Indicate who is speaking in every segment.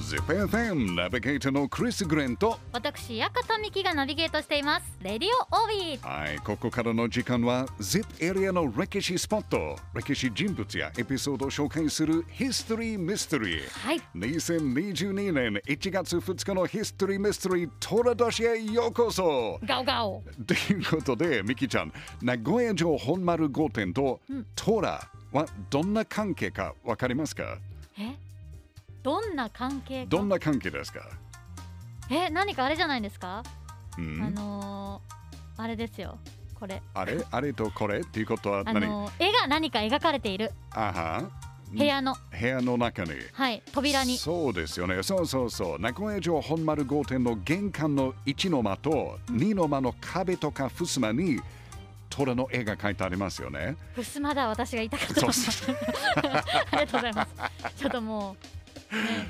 Speaker 1: ZIPFM ナビゲーターのクリス・グレンと
Speaker 2: 私矢方美希がナビゲートしていますレディオオビー
Speaker 1: はいここからの時間は ZIP エリアの歴史スポット歴史人物やエピソードを紹介する History Mystery
Speaker 2: はい
Speaker 1: 2022年1月2日の History Mystery 虎年へようこそ
Speaker 2: ガオガオ
Speaker 1: ということでミキちゃん名古屋城本丸御殿と虎はどんな関係かわかりますか
Speaker 2: えどんな関係か
Speaker 1: どんな関係ですか、
Speaker 2: え何かあれじゃないですか、
Speaker 1: うん
Speaker 2: あのー、あれですよこれ
Speaker 1: あれあれとこれっていうことは
Speaker 2: あ
Speaker 1: 何、
Speaker 2: のー、絵が何か描かれている
Speaker 1: あは
Speaker 2: 部屋の、
Speaker 1: 部屋の中に
Speaker 2: はい扉に
Speaker 1: そうですよねそうそうそう名古屋城本丸御殿の玄関の1の間と2の間の壁とか襖に虎の絵が描いてありますよね
Speaker 2: 襖だ私が言いたかった
Speaker 1: そう
Speaker 2: ありがとうござい ますちょっとも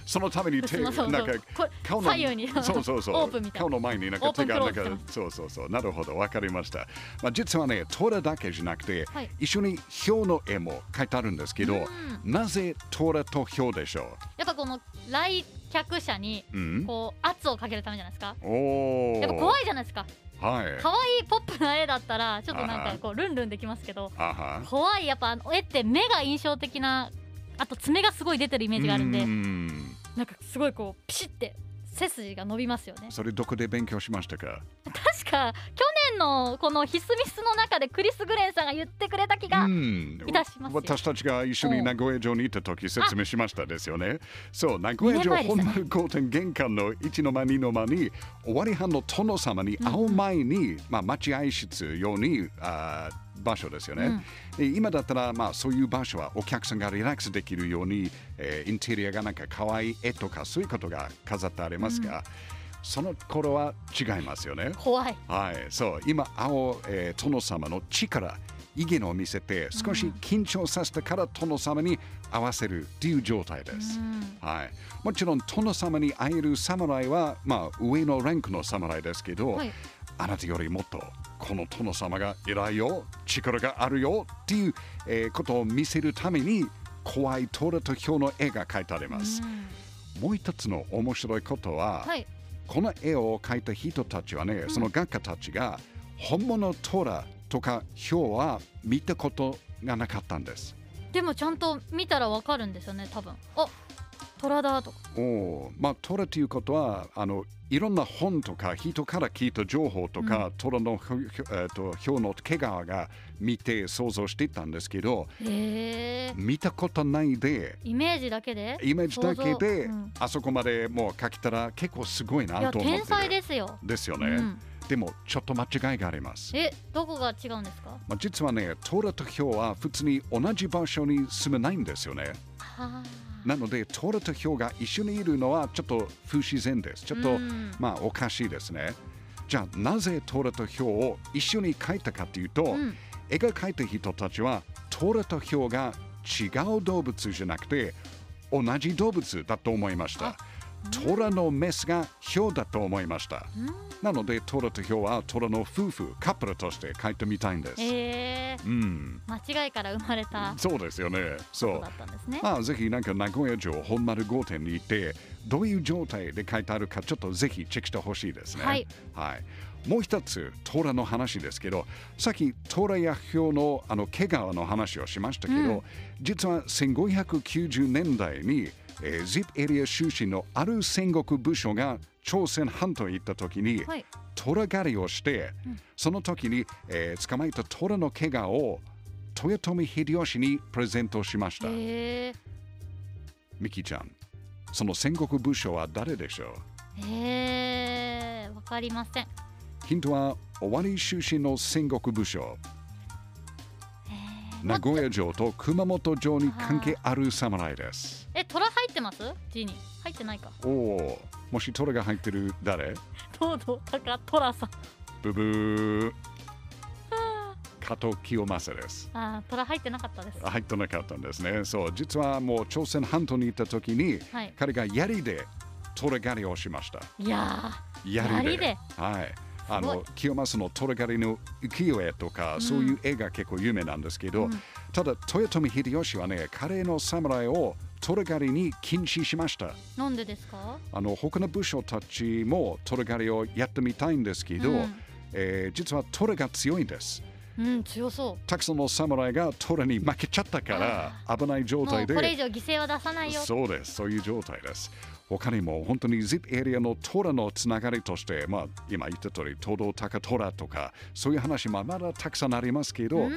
Speaker 1: そのために
Speaker 2: う
Speaker 1: 手
Speaker 2: 襖そうそ
Speaker 1: なん
Speaker 2: う
Speaker 1: か
Speaker 2: こ
Speaker 1: 顔の
Speaker 2: 左右に
Speaker 1: そうそうそう
Speaker 2: オープンみたいな
Speaker 1: 顔の前になんか手が
Speaker 2: オ
Speaker 1: な
Speaker 2: ープ
Speaker 1: ん
Speaker 2: ンクローズ
Speaker 1: かそうそうそうなるほどわかりました、まあ、実はね虎だけじゃなくて、
Speaker 2: はい
Speaker 1: 一緒に豹の絵も描いてあるんですけど、
Speaker 2: う
Speaker 1: なぜ虎と豹でしょ
Speaker 2: やっぱこの来客者に
Speaker 1: う、うん、
Speaker 2: こう圧をかけるためじゃないですか
Speaker 1: おお
Speaker 2: やっぱ怖いじゃないですか
Speaker 1: はい
Speaker 2: 可愛いポップな絵だったらちょっとなん
Speaker 1: あは
Speaker 2: かこうルンルンできますけど
Speaker 1: あは
Speaker 2: 怖いやっぱあの絵って目が印象的なあと爪がすごい出てるイメージがあるんで
Speaker 1: うん
Speaker 2: なんかすごいこうピシって背筋が伸びますよね
Speaker 1: それどこで勉強しましたか
Speaker 2: 確か去年のこのヒスミスの中でクリス・グレンさんが言ってくれた気が、
Speaker 1: うん
Speaker 2: いたしますよ
Speaker 1: 私たちが一緒に名古屋城に行った時説明しましたですよねそう名古屋城
Speaker 2: 二年
Speaker 1: 本
Speaker 2: 前でしたね
Speaker 1: 丸御殿玄関の1の間2の間に尾張藩の殿様に会う前に、まあ、待合室用にあー場所ですよね、で今だったら、まあ、そういう場所はお客さんがリラックスできるように、えーインテリアがなんか可愛い絵とかそういうことが飾ってありますが、その頃は違いますよね
Speaker 2: 怖い
Speaker 1: はい、そう、今、青、えー、殿様の力、威厳を見せて、少し緊張させてから殿様に合わせるっていう状態です。はい、もちろん殿様に会える侍は、まあ、上のランクの侍ですけど、
Speaker 2: はい
Speaker 1: あなたよりもっとこの殿様が偉いよ力があるよっていう、えーことを見せるために怖い虎と豹の絵が描いてあります、もう一つの面白いことは、
Speaker 2: はい
Speaker 1: この絵を描いた人たちはね、その画家たちが本物トラとかヒョウは見たことがなかったんです。
Speaker 2: でもちゃんと見たらわかるんですよね多分あ虎だとか
Speaker 1: おお、まあトラということはあのいろんな本とか人から聞いた情報とか、トラのひょひょえーとヒョウの毛皮が見て想像していたんですけど、
Speaker 2: へえ
Speaker 1: 見たことないで。
Speaker 2: イメージだけで
Speaker 1: イメージだけで、
Speaker 2: 想像うん
Speaker 1: あそこまでもう描けたら結構すごい
Speaker 2: いや
Speaker 1: なと思ってる
Speaker 2: 天才ですよ、
Speaker 1: ですよ
Speaker 2: う
Speaker 1: ね、
Speaker 2: ん、
Speaker 1: でもちょっと間違いがあります
Speaker 2: えどこが違うんですか
Speaker 1: まあ、実はね、トラとヒョウは普通に同じ場所に住めないんですよね。
Speaker 2: はあ
Speaker 1: なので、トラとヒョウが一緒にいるのはちょっと不自然です。ちょっと、
Speaker 2: うん
Speaker 1: まあ、おかしいですね。じゃあ、なぜトラとヒョウを一緒に描いたかというと、
Speaker 2: ん
Speaker 1: 絵が描いた人たちは、トラとヒョウが違う動物じゃなくて、同じ動物だと思いました。トラのメスがヒョウだと思いました。なので、トラとヒョウはトラの夫婦、カップルとして描いてみたいんです。
Speaker 2: えー、
Speaker 1: うん。
Speaker 2: 間違いから生まれた
Speaker 1: そうですよね。
Speaker 2: こ
Speaker 1: そ
Speaker 2: と
Speaker 1: う
Speaker 2: だ。ったんですね
Speaker 1: まあ、ぜひなんか名古屋城本丸御殿に行って、どういう状態で書いてあるか、ちょっとぜひチェックしてほしいですね。
Speaker 2: はい。
Speaker 1: はいもう一つ、虎の話ですけど、さっき虎や豹のあの毛皮の話をしましたけど、実は1590年代に、えー、ZIP エリア出身のある戦国武将が朝鮮半島へ行った時に、
Speaker 2: はい
Speaker 1: 虎狩りをして、その時に、えー捕まえた虎の毛皮を豊臣秀吉にプレゼントしました。
Speaker 2: へえ
Speaker 1: ミキちゃん、その戦国武将は誰でしょ
Speaker 2: へえわかりません
Speaker 1: うヒントは終わり出身の戦国武将。名古屋城と熊本城に関係ある侍です。
Speaker 2: え虎入ってます字に入ってないか
Speaker 1: おお、もし虎が入ってる誰
Speaker 2: 東堂だから虎さん
Speaker 1: ブブー。加藤清正です。
Speaker 2: あー虎入ってなかったです
Speaker 1: 入ってなかったんですね。そう、実はもう朝鮮半島に行った時に、
Speaker 2: はい
Speaker 1: 彼が槍で虎狩りをしました。
Speaker 2: いや
Speaker 1: 槍で
Speaker 2: 槍で
Speaker 1: はいあ
Speaker 2: す
Speaker 1: の
Speaker 2: ごい
Speaker 1: 清正のトラ狩りの浮世絵とか、そういう絵が結構有名なんですけど、ただ豊臣秀吉はね彼の侍をトルガリに禁止しました。
Speaker 2: なんでですか
Speaker 1: あの他の部署たちもトルガリをやってみたいんですけど、
Speaker 2: うん
Speaker 1: えー実はトルが強いんです。
Speaker 2: うん強そ
Speaker 1: たくさんの侍がトルに負けちゃったから危ないう状
Speaker 2: も
Speaker 1: 態
Speaker 2: う
Speaker 1: で。
Speaker 2: これ以上犠牲は出さないよ
Speaker 1: そうです、そういう状態です。他にも本当に ZIP エリアのトラのつながりとして、まあ、今言った通り、東道高トラとか、そういう話もまだたくさんありますけど、
Speaker 2: うん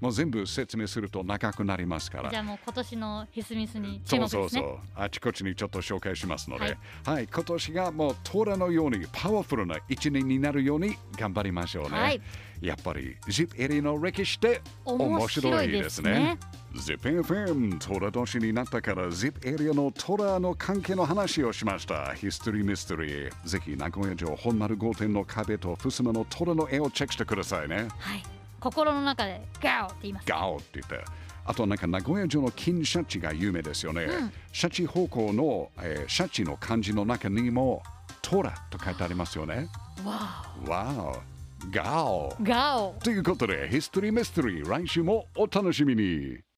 Speaker 1: もう全部説明すると長くなりますから
Speaker 2: じ。ゃあもう今年のヒスミスに
Speaker 1: そ
Speaker 2: 注目
Speaker 1: う
Speaker 2: です
Speaker 1: そ
Speaker 2: ね
Speaker 1: うそう。あちこちにちょっと紹介しますので、
Speaker 2: は
Speaker 1: はいい、今年がもうトラのようにパワフルな一年になるように頑張りましょうね。
Speaker 2: はい
Speaker 1: やっぱり ZIP エリアの歴史って
Speaker 2: 面
Speaker 1: 面
Speaker 2: 白
Speaker 1: 白
Speaker 2: い
Speaker 1: い
Speaker 2: で
Speaker 1: ですす
Speaker 2: ね
Speaker 1: ね。ZIPFM、トラ年になったから ZIP エリアのトラの関係の話をしました。ヒストリーミステリー。ぜひ名古屋城本丸5店の壁と襖のトラの絵をチェックしてくださいね。
Speaker 2: はい心の中でガオって言います
Speaker 1: ガオって言って。あとなんか名古屋城の金シャチが有名ですよね。
Speaker 2: うん
Speaker 1: シャチ方向の、えーシャチの漢字の中にもトラと書いてありますよね。
Speaker 2: わ
Speaker 1: わお。ガオ
Speaker 2: お。ガオ
Speaker 1: ということで、ヒストリーミステリー、来週もお楽しみに。